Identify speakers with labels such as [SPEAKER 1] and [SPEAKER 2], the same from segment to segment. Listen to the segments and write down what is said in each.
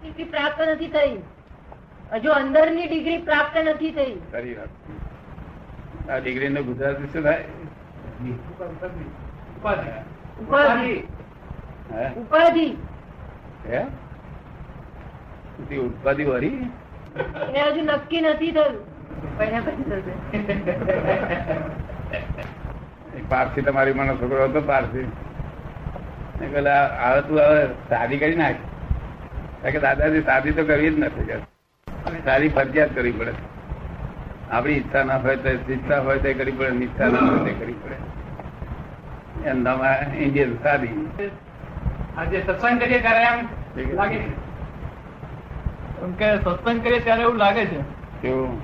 [SPEAKER 1] Degree પ્રાપ્ત નથી થઈ હજુ અંદરની ડિગ્રી પ્રાપ્ત નથી થઈ
[SPEAKER 2] સારી વાત આ ડિગ્રી નો ગુજરાતી શું થાય
[SPEAKER 1] ઉપાધિ ઉપાધિ
[SPEAKER 2] હે હે તે ઉપાધિ વળી
[SPEAKER 1] એ હજુ નક્કી નથી થયું પહેલા પછી થશે.
[SPEAKER 2] એક પારસી તમારી માનો છોકરો હતો પારસી મેં કીધું, "આ- આવે તું હવે શાદી કરી નાખ કારણ કે દાદાજી શાદી તો કરવી જ નથી કે સારી ફરજિયાત કરવી પડે આપણી ઈચ્છા ના હોય તો ઈચ્છા હોય તો કરવી પડે અને ઈચ્છા ના હોય તો કરવી પડે એમ તમારે ઇન્ડિયન શાદી
[SPEAKER 3] આજે સત્સંગ કરીએ ત્યારે એમ લાગે છે એમ કે સત્સંગ કરીએ ત્યારે એવું લાગે છે
[SPEAKER 2] કેવું?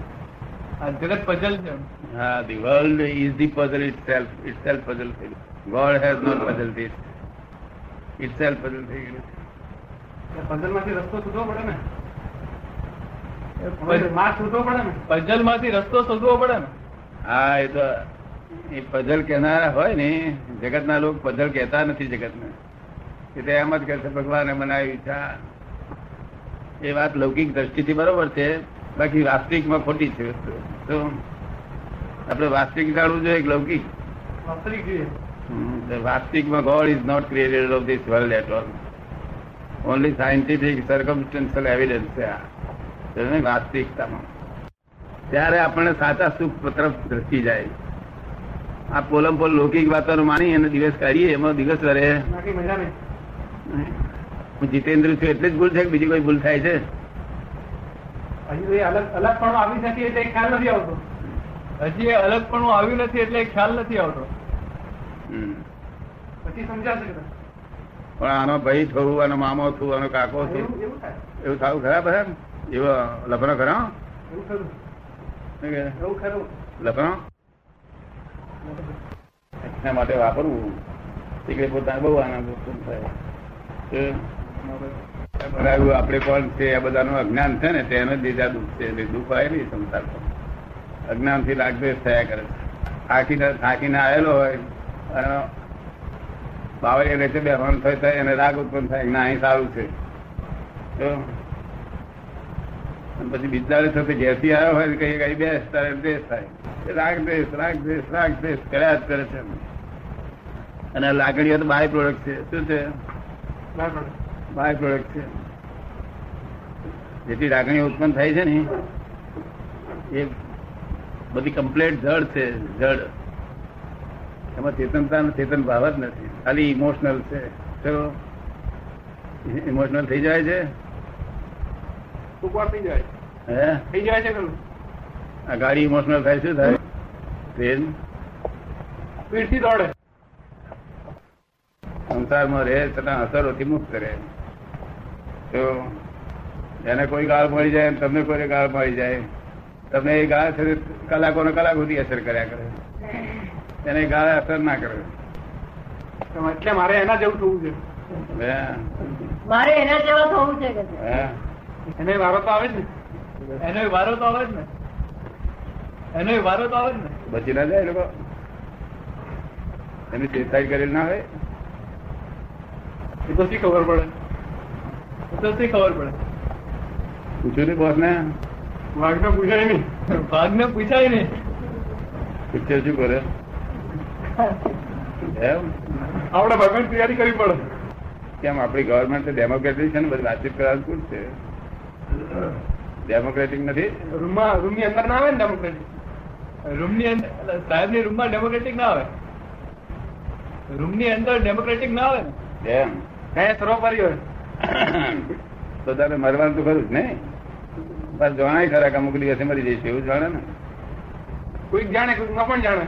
[SPEAKER 3] આ જગત પઝલ છે
[SPEAKER 2] હા the world is the puzzle itself itself puzzle થઈ ગયું God has not puzzle this itself puzzle થઈ ગયું
[SPEAKER 4] પંદર માંથી રસ્તો શોધવો પડે ને
[SPEAKER 3] પઝ-
[SPEAKER 4] માર્ગ શોધવો પડે ને
[SPEAKER 3] પઝલ માંથી રસ્તો શોધવો પડે ને
[SPEAKER 2] હા એ તો એ પઝલ કહેનારા હોય ને જગતના લોકો પઝલ કહેતા નથી જગતને એ તો એમ જ કહે છે ભગવાને બનાવી ઈચ્છા એ વાત લૌકિક દ્રષ્ટિથી બરોબર છે બાકી વાસ્તવિકમાં ખોટી છે વસ્તુ. તો આપણે વાસ્તવિક જાણવું જોઈએ કે લૌકિક
[SPEAKER 4] વાસ્તવિક જોઈએ
[SPEAKER 2] Hmm, The Vastikma God is not created of this world at all. Only scientific circumstantial evidence છે આ. તેને વાસ્તવિકતામાં ત્યારે આપણને સાચા સુખ તરફ ધસી જાય આ પોલમ પોલ લૌકિક વાતોને માની અને દિવસ કાઢીએ એમાં દિવસ વરે
[SPEAKER 4] બાકી મજા નહીં
[SPEAKER 2] હું જીતેન્દ્ર છું એટલે જ ભૂલ છે કે બીજી કોઈ ભૂલ થાય છે
[SPEAKER 4] હજુ એ અલગ અલગ પણ આવી નથી એટલે એ ખ્યાલ નથી આવતો
[SPEAKER 3] હજી એ અલગપણું આવ્યું નથી એટલે ખ્યાલ નથી આવતો
[SPEAKER 2] હમ.
[SPEAKER 4] પછી સમજાશે કદાચ.
[SPEAKER 2] પણ આનો ભાઈ થવું આનો મામો થવું આનો કાકો થવું
[SPEAKER 4] એવું એવું થાય
[SPEAKER 2] એવું થાવું ખરા બધા એવો લફરો ખરો
[SPEAKER 4] એવું ખરું
[SPEAKER 2] શું કે?
[SPEAKER 4] એવું ખરું
[SPEAKER 2] લખણો એના માટે વાપરવું એટલે પોતાને બહુ આનંદ ઉત્પન્ન થાય કે ભરાયું આપણે કોણ છે આ બધાનું અજ્ઞાન છે ને તેનો જ લીધા દુઃખ છે એટલે દુઃખ આવે નહીં સંસારમાં અજ્ઞાનથી રાગદ્વેષ થયા કરે છે થાકીને થાકીને આવેલો હોય અને બાવળીએ રહેશે બેભાન થાય થાય એને રાગ ઉત્પન્ન થાય કે ના અહીં સારું છે તો અને પછી બિચારે સાથે ઘેરથી આવ્યો હોય કઈ કઈ બેસ તારે દેશ થાય રાગ દેશ રાગ દેશ રાગ દેશ કર્યા જ કરે છે અને આ લાગણીઓ તો બાય પ્રોડક્ટ છે શું છે
[SPEAKER 4] બરાબર
[SPEAKER 2] બાય પ્રોડક્ટ છે જેટલી લાગણીઓ ઉત્પન્ન થાય છે ને એ બધી કમ્પ્લેટ જડ છે જડ એમાં ચેતનતા અને ચેતન ભાવ જ નથી ખાલી ઇમોશનલ છે તો ઇમોશનલ થઈ જાય છે
[SPEAKER 4] ફૂંકવા થઈ જાય
[SPEAKER 2] હે
[SPEAKER 4] થઈ જાય છે ખરું
[SPEAKER 2] આ ગાડી ઇમોશનલ થાય શું થાય ટ્રેન
[SPEAKER 4] પીડથી દોડે
[SPEAKER 2] સંસારમાં રહે છતાં અસરોથી મુક્ત રહે તો એને કોઈ ગાળ મળી જાય અને તમને કોઈ ગાળ મળી જાય તમને એ ગાળ છે તે કલાકોને કલાક સુધી અસર કર્યા કરે એને ગાળે અસર ના કરે
[SPEAKER 4] એટલે મારે એના જેવું થવું છે
[SPEAKER 2] હે?
[SPEAKER 1] મારે એના જેવા થવું છે કે છે.
[SPEAKER 2] હે?
[SPEAKER 4] એને વારો તો આવે જ ને
[SPEAKER 3] એનો વારો તો આવે જ ને એનો વારો તો આવે જ ને
[SPEAKER 2] બચી ના જાય એ લોકો એની ચેતાઈ કરેલ ના હોય
[SPEAKER 4] એ તો શી ખબર પડે
[SPEAKER 3] એ તો શી ખબર પડે
[SPEAKER 2] પૂછ્યું નહીં બોસ ને
[SPEAKER 4] વાઘને પૂછાય નહીં
[SPEAKER 3] ભાગને પૂછાય નહીં
[SPEAKER 2] પૂછ્યો શું કરે એમ
[SPEAKER 4] આપણે ભગવાન તૈયારી કરવી પડે
[SPEAKER 2] કેમ આપણી ગવર્મેન્ટ ડેમોક્રેટિક છે ને બધી વાતચીત કરાવવાનું કોણ છે ડેમોક્રેટિક નથી
[SPEAKER 4] રૂમમાં રૂમની અંદર ના આવે ને ડેમોક્રેટિક
[SPEAKER 3] રૂમની અંદર સાહેબ ની રૂમમાં ડેમોક્રેટિક ના આવે રૂમની અંદર ડેમોક્રેટિક ના આવે ને
[SPEAKER 2] એમ
[SPEAKER 4] હે સરોપરી હોય
[SPEAKER 2] તો તારે મરવાનું તો ખરું જ ને બસ જણાય ખરા કે અમુક દિવસે મરી જઈશ એવું જાણે ને
[SPEAKER 4] કોઈક જાણે કોઈક ન પણ જાણે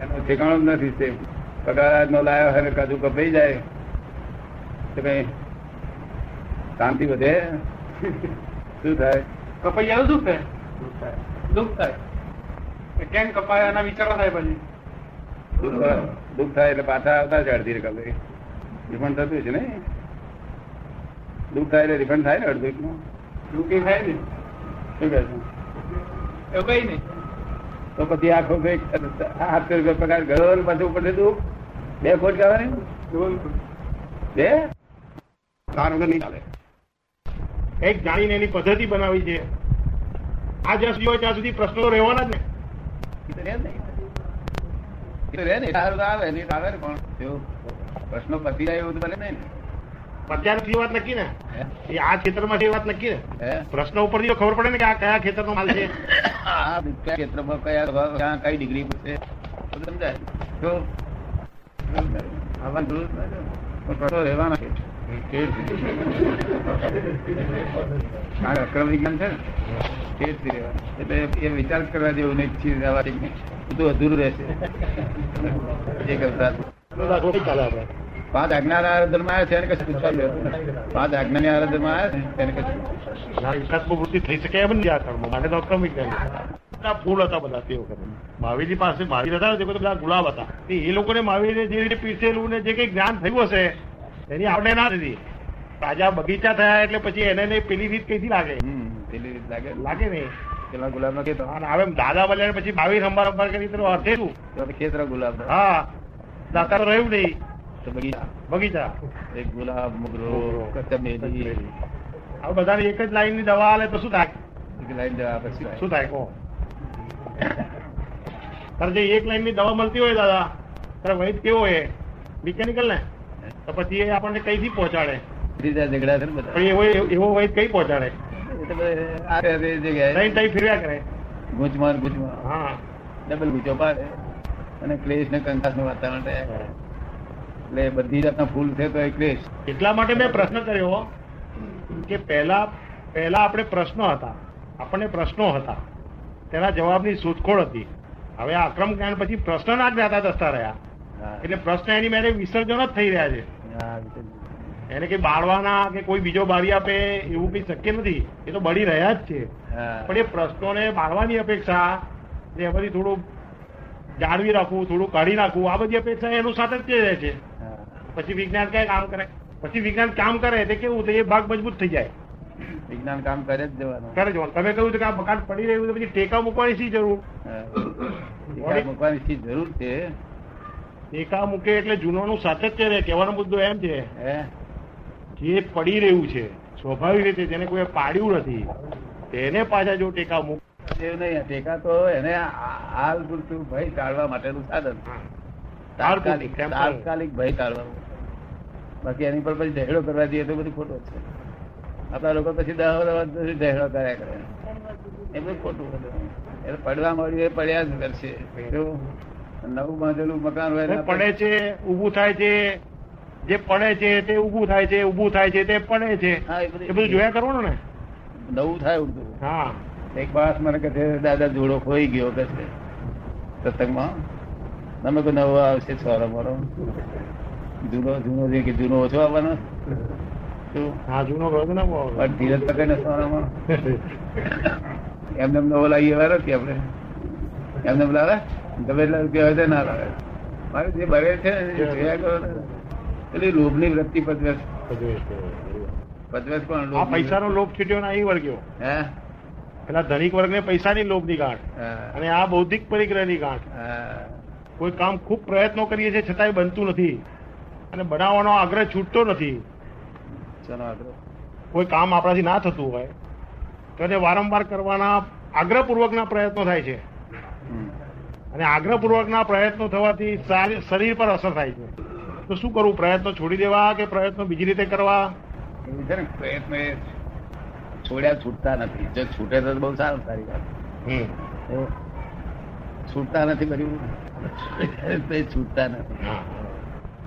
[SPEAKER 2] એનું ઠેકાણું જ નથી તે પગાર નો લાયો હોય ને કાજુ કપાઈ જાય તો કઈ શાંતિ વધે શું થાય
[SPEAKER 4] કપાઈ જાય તો દુઃખ થાય
[SPEAKER 3] દુઃખ થાય
[SPEAKER 4] કે કેમ કપાય એના વિચારો થાય પછી
[SPEAKER 2] દુઃખ દુઃખ થાય એટલે પાછા આવતા છે અડધી રકમ રિફંડ થતું છે ને દુઃખ થાય એટલે રિફંડ થાય ને અડધું નું
[SPEAKER 4] એવું કઈ થાય ને
[SPEAKER 2] શું કહે છે?
[SPEAKER 3] એવું કઈ નહીં
[SPEAKER 2] તો પછી આખો કઈ આઠસો રૂપિયા પગાર ગયો ને પાછું ઉપરથી દુઃખ બે ખોટ કહેવાની
[SPEAKER 4] એવું
[SPEAKER 2] બે તારું વગર નહીં ચાલે
[SPEAKER 5] એક જાણીને એની પદ્ધતિ બનાવી છે આ જ્યાં સુધી હોય ત્યાં સુધી પ્રશ્નો તો રહેવાના જ ને
[SPEAKER 2] એ તો રહે ને. એ તો રહે ને. સારું તો આવે નહીં તો આવે ને પણ એવું પ્રશ્નો પતી જાય એવું તો બને નહીં
[SPEAKER 5] અત્યારથી એ વાત નક્કી ને
[SPEAKER 2] ને
[SPEAKER 5] એ આ ખેતરમાં છે એ વાત નક્કી ને
[SPEAKER 2] હે? હે?
[SPEAKER 5] પ્રશ્ન ઉપરથી તો ખબર પડે ને કે આ કયા ખેતરનો માલ છે
[SPEAKER 2] આ કયા ક્ષેત્રમાં કયા સ્વભાવ, ક્યાં કઈ ડિગ્રી પર છે બધું સમજાય તો આવા દૂર ના જાઓ. પણ પ્રશ્નો રહેવાના છે. આ અક્રમ વિજ્ઞાન છે ને ઠેરથી રહેવાનું. એટલે એ વિચાર કરવા જેવું નહીં ચીજ આવા ચીજ નહીં. બધું અધૂરું રહેશે એ કરતા
[SPEAKER 5] દાખલો કઈ ચાલે આપણે
[SPEAKER 2] પાંચ આજ્ઞાના આરાધનમાં આવ્યા છે એને કશું પૂછવાનું નથી. પાંચ આજ્ઞાની આરાધનમાં આવ્યા છે એને કશું
[SPEAKER 5] ના, એકાત્મ વૃત્તિ થઈ શકે એમ નથી આ કર્મ માટે તો અક્રમ વિજ્ઞાન બધા ફૂલ હતા બધા તે વખતે મહાવીરજી પાસે મહાવીર હતા ને તે વખતે બધા ગુલાબ હતા તે એ લોકોને મહાવીરને જે રીતે પીરસેલું ને જે કંઈ જ્ઞાન થયું હશે એની આપણે ના હતી તાજા બગીચા થયા એટલે પછી એને ને પેલી રીત કઈથી લાગે
[SPEAKER 2] હમ, પેલી રીત લાગે
[SPEAKER 5] લાગે નહીં
[SPEAKER 2] પેલા ગુલાબ નો ખેતર
[SPEAKER 5] અને હવે દાદા બન્યા પછી મહાવીર હંબાર હંબાર કરી તેનો અર્થ એ શું
[SPEAKER 2] ખેતર ગુલાબ નો.
[SPEAKER 5] હા દાતા તો રહ્યું નહીં
[SPEAKER 2] તો બગીચા
[SPEAKER 5] બગીચા
[SPEAKER 2] એક ગુલાબ મોગરો કચમેલી
[SPEAKER 5] હવે બધાને એક જ લાઈનની દવા આલે તો શું થાય
[SPEAKER 2] એક લાઈન જવા પછી
[SPEAKER 5] શું થાય કહો તારે જે એક લાઈન ની દવા મળતી હોય દાદા તારે વૈદ કેવો હોય મિકેનિકલ ને તો પછી એ આપણને કઈથી પહોંચાડે
[SPEAKER 2] બીજા ઝઘડા છે ને બધા
[SPEAKER 5] પણ એવો એવો વૈદ કઈ પહોંચાડે
[SPEAKER 2] એ તો બધા આ રે રે
[SPEAKER 5] તઈ
[SPEAKER 2] જગ્યાએ
[SPEAKER 5] તઈ ફેર્યા કરે
[SPEAKER 2] ગૂંચમાર ગૂંચમાર
[SPEAKER 5] હા
[SPEAKER 2] ડબલ ગૂંચો પાડે અને ક્લેશ ને કંકાસ નું વાતાવરણ રહ્યા કરે. એટલે બધી જાતના ફૂલ છે તો એ ક્લેશ
[SPEAKER 5] એટલા માટે મેં પ્રશ્ન કર્યો કે પહેલા પહેલા આપણે પ્રશ્નો હતા આપણને પ્રશ્નો હતા તેના જવાબની શોધખોળ હતી હવે આ અક્રમ જ્ઞાન પછી પ્રશ્ન ના જ્ઞાતા દસતા રહ્યા
[SPEAKER 2] હા.
[SPEAKER 5] એટલે પ્રશ્ન એની મેરે વિસર્જન જ થઈ રહ્યા છે
[SPEAKER 2] હા, વિચાર.
[SPEAKER 5] એને કઈ બાળવાના કે કોઈ બીજો બાળી આપે એવું કઈ શક્ય નથી એ તો બળી રહ્યા જ છે
[SPEAKER 2] હા.
[SPEAKER 5] પણ એ પ્રશ્નોને બાળવાની અપેક્ષા ને એમાંથી થોડું જાળવી રાખવું થોડું કાઢી નાખવું આ બધી અપેક્ષા એનું સાતત્ય રહે છે
[SPEAKER 2] હા.
[SPEAKER 5] પછી વિજ્ઞાન ક્યાં કામ કરે પછી વિજ્ઞાન કામ કરે તે કેવું તો એ ભાગ મજબૂત થઈ જાય
[SPEAKER 2] વિજ્ઞાન કામ કરે જ જવાનું
[SPEAKER 5] કરે જવાનું તમે કહ્યું હતું કે આ મકાન પડી રહ્યું છે પછી ટેકા મૂકવાની શી જરૂર
[SPEAKER 2] હા. વિજ્ઞાન મૂકવાની શી જરૂર છે
[SPEAKER 5] ટેકા મૂકે એટલે જૂનોનું સાતત્ય રહે કહેવાનો મુદ્દો એમ છે
[SPEAKER 2] હે
[SPEAKER 5] જે પડી રહ્યું છે સ્વાભાવિક રીતે જેને કોઈ પાડ્યું નથી તેને પાછા જો ટેકા મૂક
[SPEAKER 2] એવું નહીં આ ટેકા તો એને આ- હાલ પૂરતું ભય ટાળવા માટેનું સાધન તાત્કાલિક
[SPEAKER 5] temporary.
[SPEAKER 2] તાત્કાલિક ભય ટાળવાનું બાકી એની પર પછી ઝઘડો કરવા જઈએ તો બધું ખોટું છે આપણા લોકો પછી દહ વર્ષ પછી ઝઘડો કર્યા કરે એ બધું ખોટું બધું. એટલે પડવા મળ્યું એ પડ્યા જ કરશે જો નવું બાંધેલું મકાન હોય
[SPEAKER 5] તે
[SPEAKER 2] એના પર-
[SPEAKER 5] પડે છે ઊભું થાય છે જે પડે છે તે ઊભું થાય છે ઊભું થાય છે તે પડે છે
[SPEAKER 2] હા, એ
[SPEAKER 5] એ બધું જોયા કરવાનું ને
[SPEAKER 2] નવું થાય ઉડતું
[SPEAKER 5] હા
[SPEAKER 2] એક માણસ મને કહે છે, દાદા જોડો ખોઈ ગયો કહે છે સત્સંગમાં તમે કોઈ નવો આવશે સોરો મોરો જૂનો જૂનો જે કે જૂનો ઓછો આવવાનો શું?
[SPEAKER 5] હા જૂનો ગયો તો ના બહુ આવે.
[SPEAKER 2] પણ ધીરજ પકડીને સોરામાં એમને એમ નવો લાવી એવા નથી આપણે એમને એમ લાવે ગમે એટલા રૂપિયા હોય તો ના લાવે મારે જે બરે છે ને, એ જોયા કરો ને. એટલે લોભની વૃત્તિ પદવેશ પદવેશ કોણ
[SPEAKER 5] આ
[SPEAKER 2] લોભની
[SPEAKER 5] પૈસાનો લોભ છૂટ્યો ને અહીં વર્ગ્યો
[SPEAKER 2] વૃત્તિ. હે
[SPEAKER 5] પેલા ધનિક વર્ગને પૈસાની લોભની ગાંઠ
[SPEAKER 2] હા.
[SPEAKER 5] અને આ બૌદ્ધિક પરિગ્રહની ગાંઠ
[SPEAKER 2] હા.
[SPEAKER 5] કોઈ કામ ખૂબ પ્રયત્નો કરીએ છીએ છતાંય બનતું નથી અને બનાવવાનો આગ્રહ છૂટતો નથી
[SPEAKER 2] ચલો આગળ
[SPEAKER 5] કોઈ કામ આપણાથી ના થતું હોય તો એને વારંવાર કરવાના આગ્રહપૂર્વકના પ્રયત્નો થાય છે
[SPEAKER 2] હમ.
[SPEAKER 5] અને આગ્રહપૂર્વકના પ્રયત્નો થવાથી શારી- શરીર પર અસર થાય છે તો શું કરવું પ્રયત્નો છોડી દેવા કે પ્રયત્નો બીજી રીતે કરવા
[SPEAKER 2] એવું છે ને પ્રયત્ન એ છોડ્યા છૂટતા નથી જો છૂટે તો બહુ સારું સારી વાત છૂટતા નથી બધું તો એ છૂટતા નથી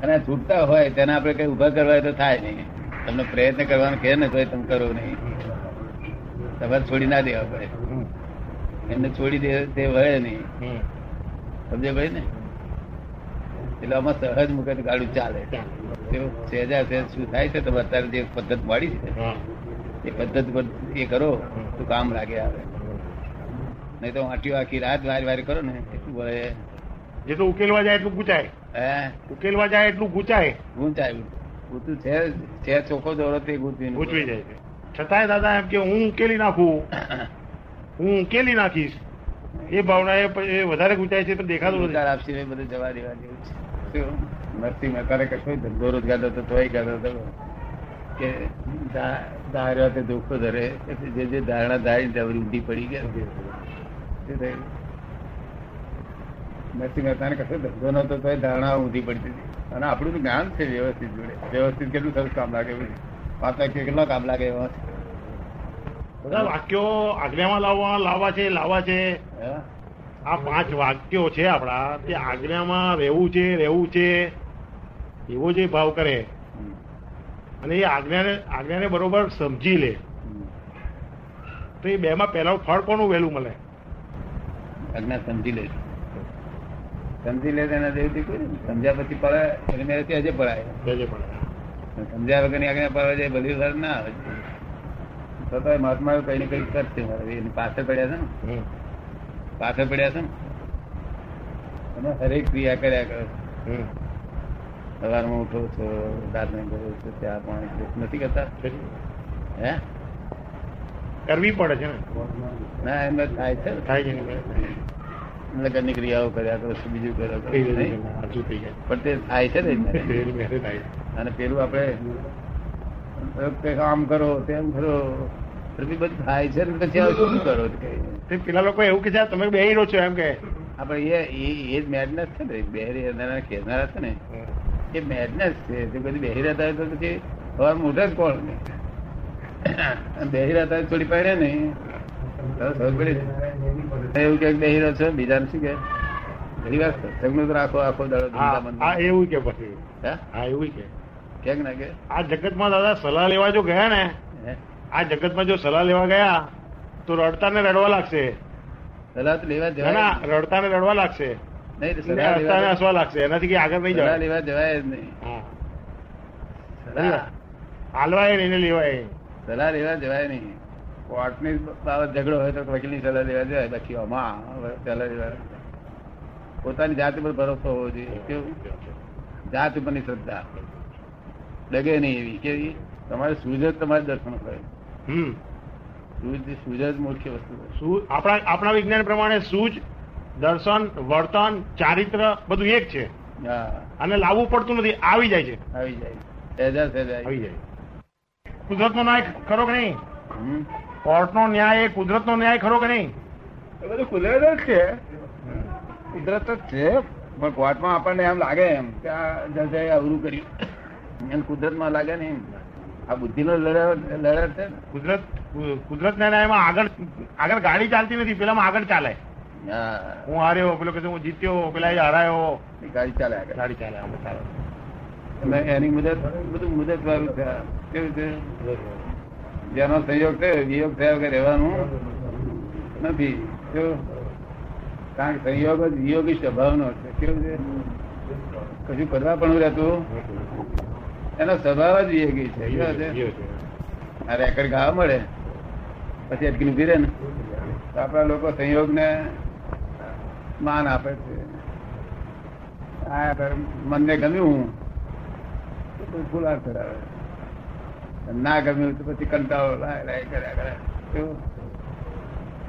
[SPEAKER 2] અને છૂટતા હોય તેના આપણે કઈ ઉભા કરવા હોય તો થાય નહીં તમને પ્રયત્ન કરવાનો કહે ને તોય તમે કરો નહીં તમે છોડી ના દેવા પડે એમને છોડી દે તે વળે નહીં સમજે ભાઈ ને એટલે આમાં સહજ મુકત ગાડું ચાલે તેવું સહેજા સહેજ શું થાય છે તમે અત્યારે જે પદ્ધત મળી છે એ પદ્ધતિ પર એ કરો તો કામ લાગે આવે નહીં તો વાંટીઓ આખી રાત વારે વારે કરો ને એટલું વળે
[SPEAKER 5] જેટલું ઉકેલવા જાય એટલું ગુચાય
[SPEAKER 2] હે
[SPEAKER 5] ઉકેલવા જાય એટલું ગુચાય
[SPEAKER 2] ગુંચાય ગુતું છે છે ચોખ્ખો દોરો તે ગુંચવી ને
[SPEAKER 5] ગુચવી જાય છે છતાંય દાદા એમ કે હું ઉકેલી નાખું હું ઉકેલી નાખીશ એ ભાવના એ પ- એ વધારે ગુચાય છે પણ દેખાતું
[SPEAKER 2] રોજગાર
[SPEAKER 5] નથી
[SPEAKER 2] આપશે ને બધે જવા દેવા જેવું છે શું? નરસિંહ મહેતાને કશો ધંધો રોજગાર હતો તોય કરતો હતો કે ધા- ધાર્યા તે ધોખો ધરે એટલે જે જે ધારણા ધારી ત્યાં બધી ઊંધી પડી ગયા શું થયું? નરસિંહ મહેતાને કશો ધંધો નહોતો તો ધારણા ઊંધી પડતી હતી અને આપણું તો જ્ઞાન છે વ્યવસ્થિત જોડે વ્યવસ્થિત કેટલું સરસ કામ લાગે એવું. પાંચ વાક્ય કેટલા કામ લાગે એવા
[SPEAKER 5] બધા વાક્યો આજ્ઞામાં લાવવા લાવવા છે લાવવા છે
[SPEAKER 2] હા?
[SPEAKER 5] આ પાંચ વાક્યો છે આપણા તે આજ્ઞામાં રહેવું છે રહેવું છે એવો જે ભાવ કરે
[SPEAKER 2] હમ.
[SPEAKER 5] અને એ આજ્ઞાને આજ્ઞાને બરોબર સમજી લે
[SPEAKER 2] હમ.
[SPEAKER 5] તો એ બેમાં પહેલા ફળ કોનું વહેલું મળે
[SPEAKER 2] આજ્ઞા સમજી લે સમજી લે તેના દેવથી કોઈ નહીં. સમજ્યા પછી પડાય એને મેં ત્યાં જે પડાય
[SPEAKER 5] જજે પડે
[SPEAKER 2] સમજ્યા વગરની આજ્ઞા પાડવા જાય બધી વાર ના આવે તો તો મહાત્મા કઈ ને કઈ કરશે મારે એની પાછળ પડ્યા છે ને
[SPEAKER 5] હમ.
[SPEAKER 2] પાછળ પડ્યા છે ને અને હરેક ક્રિયા કર્યા કરો
[SPEAKER 5] હમ.
[SPEAKER 2] સવારમાં ઉઠો છો દાંતને કરો છો ચા પાણી પીઓ છો. નથી કરતા હે
[SPEAKER 5] કરવી પડે છે ને
[SPEAKER 2] ના એમ જ થાય છે
[SPEAKER 5] થાય છે ને
[SPEAKER 2] લગ્નની ક્રિયાઓ કર્યા કરો છો બીજું કર્યા કરો છો.
[SPEAKER 5] થઈ જાય છે.
[SPEAKER 2] નહીં?
[SPEAKER 5] હજુ થઈ જાય
[SPEAKER 2] પણ તે થાય છે ને
[SPEAKER 5] તેની મેરે થાય છે.
[SPEAKER 2] અને પેલું આપણે કંઈક આમ કરો તેમ કરો પછી બધું થાય છે ને પછી હવે શું કરો તે કહીએ.
[SPEAKER 5] તે પેલા લોકો એવું કે છે આ તમે બેહી રહો છો એમ કે
[SPEAKER 2] આપણે એ એ- એ જ madness છે ને બેહરી અંધારા કહેનારા છે ને એ madness છે તે બધી બેહી રહેતા હોય તો પછી સવારમાં ઉઠે જ કોણ અને બેહી રહેતા હોય થોડી પડે ને તો ખબર પડી જાય. એવું કે બેહી રહ્યો છો બીજાને શું કે ઘણી વાર સત્સંગનું જ રાખો આખો દાડો
[SPEAKER 5] આ આ
[SPEAKER 2] ધંધામાં.
[SPEAKER 5] એવું કે પછી
[SPEAKER 2] હા?
[SPEAKER 5] આ એવું કે
[SPEAKER 2] કે ના કે
[SPEAKER 5] આ જગતમાં દાદા સલાહ લેવા જો ગયા ને
[SPEAKER 2] હે?
[SPEAKER 5] આ જગતમાં જો સલાહ લેવા ગયા તો રડતા ને રડવા લાગશે
[SPEAKER 2] સલાહ તો લેવા
[SPEAKER 5] ના,
[SPEAKER 2] જવાય
[SPEAKER 5] ના રડતા ને રડવા લાગશે
[SPEAKER 2] નહીં સલાહ
[SPEAKER 5] હસતા ને
[SPEAKER 2] લેવા
[SPEAKER 5] હસવા લાગશે એનાથી કઈ આગળ નહીં
[SPEAKER 2] સલાહ
[SPEAKER 5] જવાય
[SPEAKER 2] લેવા જવાય જ નહીં
[SPEAKER 5] હા
[SPEAKER 2] સલાહ
[SPEAKER 5] હાલવાય નહીં ને લેવાય નહીં.
[SPEAKER 2] સલાહ લેવા જવાય નહીં કોર્ટની બાબત ઝઘડો હોય તો વકીલની સલાહ લેવા જવાય બાકી આમાં સલાહ લેવા પોતાની જાત ઉપર ભરોસો હોવો જોઈએ કેવું? જાત ઉપરની શ્રદ્ધા ડગે નહીં એવી કેવી તમારે સૂરજ તમારે દર્શન કરે
[SPEAKER 5] હમ
[SPEAKER 2] સૂરજ સૂરજ મુખ્ય વસ્તુ છે.
[SPEAKER 5] સૂ- આપણા આપણા વિજ્ઞાન પ્રમાણે સૂજ દર્શન વર્તન ચારિત્ર બધું એક છે
[SPEAKER 2] હા
[SPEAKER 5] અને લાવવું પડતું નથી આવી જાય છે
[SPEAKER 2] આવી જાય સહેજા સહેજા
[SPEAKER 5] આવી જાય કુદરતનો ન્યાય ખરો કે નહીં
[SPEAKER 2] હમ.
[SPEAKER 5] કોર્ટનો ન્યાય એ કુદરતનો ન્યાય ખરો કે નહીં
[SPEAKER 2] એ બધું કુદરત જ છે કુદરત જ છે પણ કોર્ટમાં આપણને એમ લાગે એમ કે આ જજે અવરું કર્યું એમ કુદરતમાં લાગે ને એમ આ બુદ્ધિનો લડાવટ લડાવટ છે
[SPEAKER 5] કુદરત કુદરતના ન્યાયમાં આગળ આગળ ગાડી ચાલતી નથી પેલામાં આગળ ચાલે
[SPEAKER 2] ને હા
[SPEAKER 5] હું હાર્યો પેલો કે છે હું જીત્યો પેલા એ હરાયો
[SPEAKER 2] એ ગાડી ચાલે આગળ
[SPEAKER 5] ગાડી ચાલે આમ ચાલે
[SPEAKER 2] એટલે એની મુદત બધું મુદત વાળું છે કેવું છે જેનો સંયોગ થયો વિયોગ થયા વગર રહેવાનું નથી જો કારણ કે સંયોગ જ વિયોગી સ્વભાવનો છે કેવું છે કશું કરવા પણ રહેતું એનો સ્વભાવ જ વિયોગી છે કેવો છે
[SPEAKER 5] જીવે છે.
[SPEAKER 2] આ રેકર્ડ ગાવા મળે પછી અટકી ઉભી રહે ને તો આપણા લોકો સંયોગને માન આપે છે આ ધર્મ મનને ગમ્યું તો કોઈ ફુલાર કરાવે ના ગમ્યું તો પછી કંટાળો લાય લાય કર્યા કરે કેવું?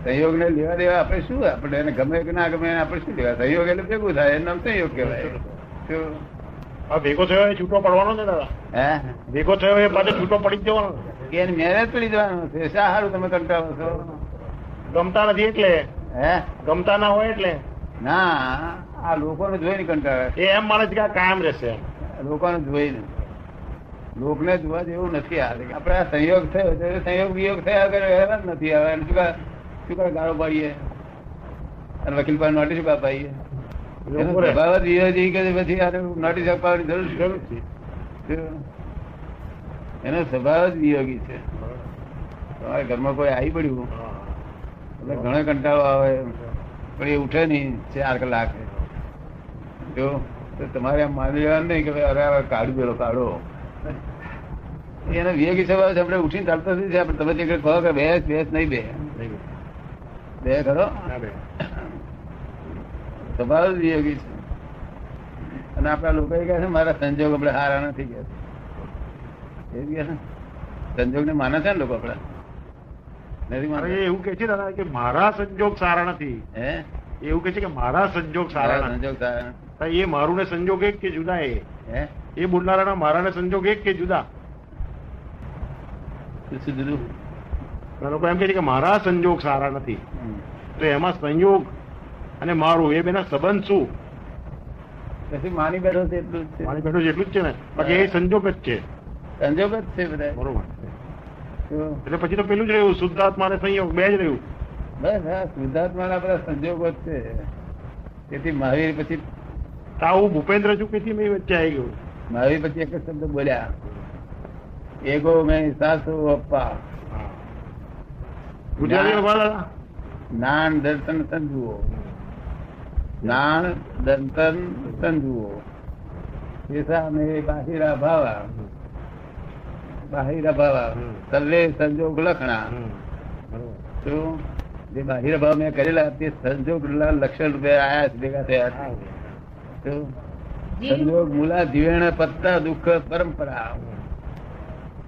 [SPEAKER 2] સંયોગને લેવા દેવા આપણે શું આપણે એને ગમે કે ના ગમે એને આપણે શું લેવા સંયોગ એટલે ભેગું થાય એનું નામ સંયોગ કહેવાય શું?
[SPEAKER 5] આ ભેગો થયો એ છૂટો પડવાનો છે દાદા
[SPEAKER 2] હે
[SPEAKER 5] ભેગો થયો એ પાછો છૂટો પડી જ જવાનો
[SPEAKER 2] કે એને મહેનત પડી જવાનું છે શા હારું તમે કંટાળો છો
[SPEAKER 5] ગમતા નથી એટલે
[SPEAKER 2] હે
[SPEAKER 5] ગમતા ના હોય એટલે
[SPEAKER 2] ના આ લોકોને જોઈને કંટાળે
[SPEAKER 5] એ એમ માને છે કે આ કાયમ રહેશે એમ.
[SPEAKER 2] લોકોને જોઈને લોકને જોવા જેવું નથી આ આપણે આ સંયોગ થયો છે સંયોગ વિયોગ થયા વગર રહેવા જ નથી આવે અને શું કા- શું કા ગાળો પાડીએ અને વકીલ પાસે નોટિસ કા પાઈએ એનો
[SPEAKER 5] લોકો રહે.
[SPEAKER 2] સ્વભાવ જ વિરોધી કે પછી આને નોટિસ આપવાની જરૂર જરૂર છે જો, એનો સ્વભાવ જ વિયોગી છે તમારા ઘરમાં કોઈ આવી પડ્યું એટલે ઘણો કંટાળો આવે પણ એ ઉઠે નહીં ચાર કલાક જો તો તમારે આમ માની લેવાનું નહીં કે ભાઈ અરે હવે કાઢું પેલો કાઢો એનો વિવેકી સ્વભાવ છે આપણે ઉઠીને ચાલતો નથી આપણે તમે જે કંઈ કહો કે બેસ બેસ નહીં બે
[SPEAKER 5] નહીં.
[SPEAKER 2] બે કરો
[SPEAKER 5] ના બે.
[SPEAKER 2] સ્વભાવ જ વિયોગી છે અને આપણા લોકો કહે છે મારા સંજોગ આપણે હારા નથી કે એ જ કહે છે સંજોગને માને છે ને લોકો આપણા નથી
[SPEAKER 5] અરે
[SPEAKER 2] માનતા
[SPEAKER 5] એવું કે છે દાદા કે મારા સંજોગ સારા નથી
[SPEAKER 2] હે
[SPEAKER 5] એવું કે છે કે મારા સંજોગ સારા
[SPEAKER 2] મારા
[SPEAKER 5] નથી
[SPEAKER 2] સંજોગ સારા નથી.
[SPEAKER 5] તો એ મારું ને સંજોગ એક કે જુદા એ
[SPEAKER 2] હે
[SPEAKER 5] એ બોલનારાના મારા ને સંજોગ એક કે જુદા
[SPEAKER 2] શું કીધું?
[SPEAKER 5] ઘણા લોકો એમ કહે છે કે મારા સંજોગ સારા નથી
[SPEAKER 2] હમ.
[SPEAKER 5] તો એમાં સંયોગ અને મારું એ બેના સંબંધ શું
[SPEAKER 2] પછી માની બેઠો છે એટલું જ
[SPEAKER 5] મારી બેઠો જેટલું જ છે ને બાકી એ સંજોગ જ છે
[SPEAKER 2] છે સંજોગ જ છે બધા
[SPEAKER 5] બરોબર
[SPEAKER 2] શું?
[SPEAKER 5] એટલે પછી તો પેલું જ રહ્યું શુદ્ધાત્મા અને સંયોગ બે જ રહ્યું
[SPEAKER 2] બસ હા શુદ્ધાત્માના બધા સંજોગો જ છે તેથી મહાવીર પછી
[SPEAKER 5] તો આવું ભૂપેન્દ્ર ચૂકીથી મેં વચ્ચે આવી ગયું
[SPEAKER 2] મહાવીર પછી એક જ શબ્દ બોલ્યા એગો મેં સાસુ અપ્પા
[SPEAKER 5] હા. ગુજરાતીમાં બોલો દાદા.
[SPEAKER 2] નાન દર્શન સંજુઓ નાન દર્શન સંજુઓ એસા મે બાહિરા ભાવા બાહિરા ભાવા
[SPEAKER 5] હમ.
[SPEAKER 2] સર્વે સંજોગ લખણા
[SPEAKER 5] હમ. બરોબર.
[SPEAKER 2] શું જે બાહિરા ભાવ મેં કરેલા તે સંજોગ લક્ષણ રૂપે આયા છે, ભેગા થયા છે.
[SPEAKER 5] હા.
[SPEAKER 2] શું?
[SPEAKER 1] જીવ
[SPEAKER 2] સંજોગ મૂલા જીવેણ પત્તા દુઃખ પરંપરા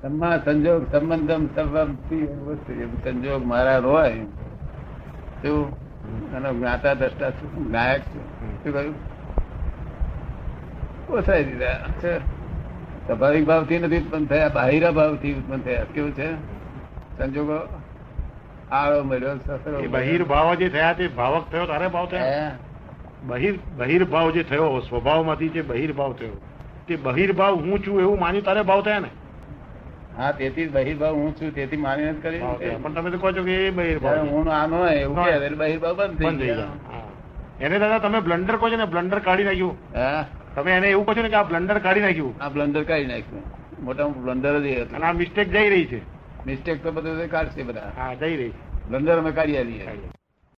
[SPEAKER 2] તમા સંજોગ સંબંધમ સર્વમ પ્રિય વસ્તુ. એમ સંજોગ મારા રોય શું અને જ્ઞાતા દ્રષ્ટા શું ગાયક છું. શું કહ્યું ઓછાઈ દીધા છે. સ્વાભાવિક ભાવથી નથી ઉત્પન્ન થયા બાહિરા ભાવથી ઉત્પન્ન થયા કેવું છે સંજોગો આળો મળ્યો સસરો
[SPEAKER 5] એ બહિર્ભાવ જે થયા તે ભાવક થયો તારે ભાવ થયા
[SPEAKER 2] હે?
[SPEAKER 5] બહિર બહિર્ભાવ જે થયો સ્વભાવમાંથી જે બહિર્ભાવ થયો તે બહિર્ભાવ હું છું એવું માન્યું તારે ભાવ થયા ને
[SPEAKER 2] હા તેથી જ બહિર્ભાવ હું છું તેથી માની નથી કરી
[SPEAKER 5] ભાવ થયા. પણ તમે તો કહો છો કે એ બહિર્ભાવ
[SPEAKER 2] જ્યારે
[SPEAKER 5] છે.
[SPEAKER 2] ઊંઘ આમ હોય એવું
[SPEAKER 5] હા.
[SPEAKER 2] કે એટલે બહિર્ભાવ બંધ
[SPEAKER 5] બંધ
[SPEAKER 2] થઈ
[SPEAKER 5] થઈ
[SPEAKER 2] ગયા
[SPEAKER 5] ગયા હા. એને દાદા તમે બ્લન્ડર કહો છો ને બ્લન્ડર કાઢી નાખ્યું
[SPEAKER 2] હા
[SPEAKER 5] તમે એને એવું કહો છો ને કે આ બ્લન્ડર કાઢી નાખ્યું
[SPEAKER 2] આ બ્લન્ડર કાઢી નાખ્યું મોટા બ્લન્ડર જ એ
[SPEAKER 5] અને આ
[SPEAKER 2] હતું
[SPEAKER 5] મિસ્ટેક જઈ રહી છે
[SPEAKER 2] મિસ્ટેક તો બધું કાઢશે બધા
[SPEAKER 5] હા જઈ રહી
[SPEAKER 2] બ્લન્ડર અમે કાઢી આવીએ
[SPEAKER 5] છે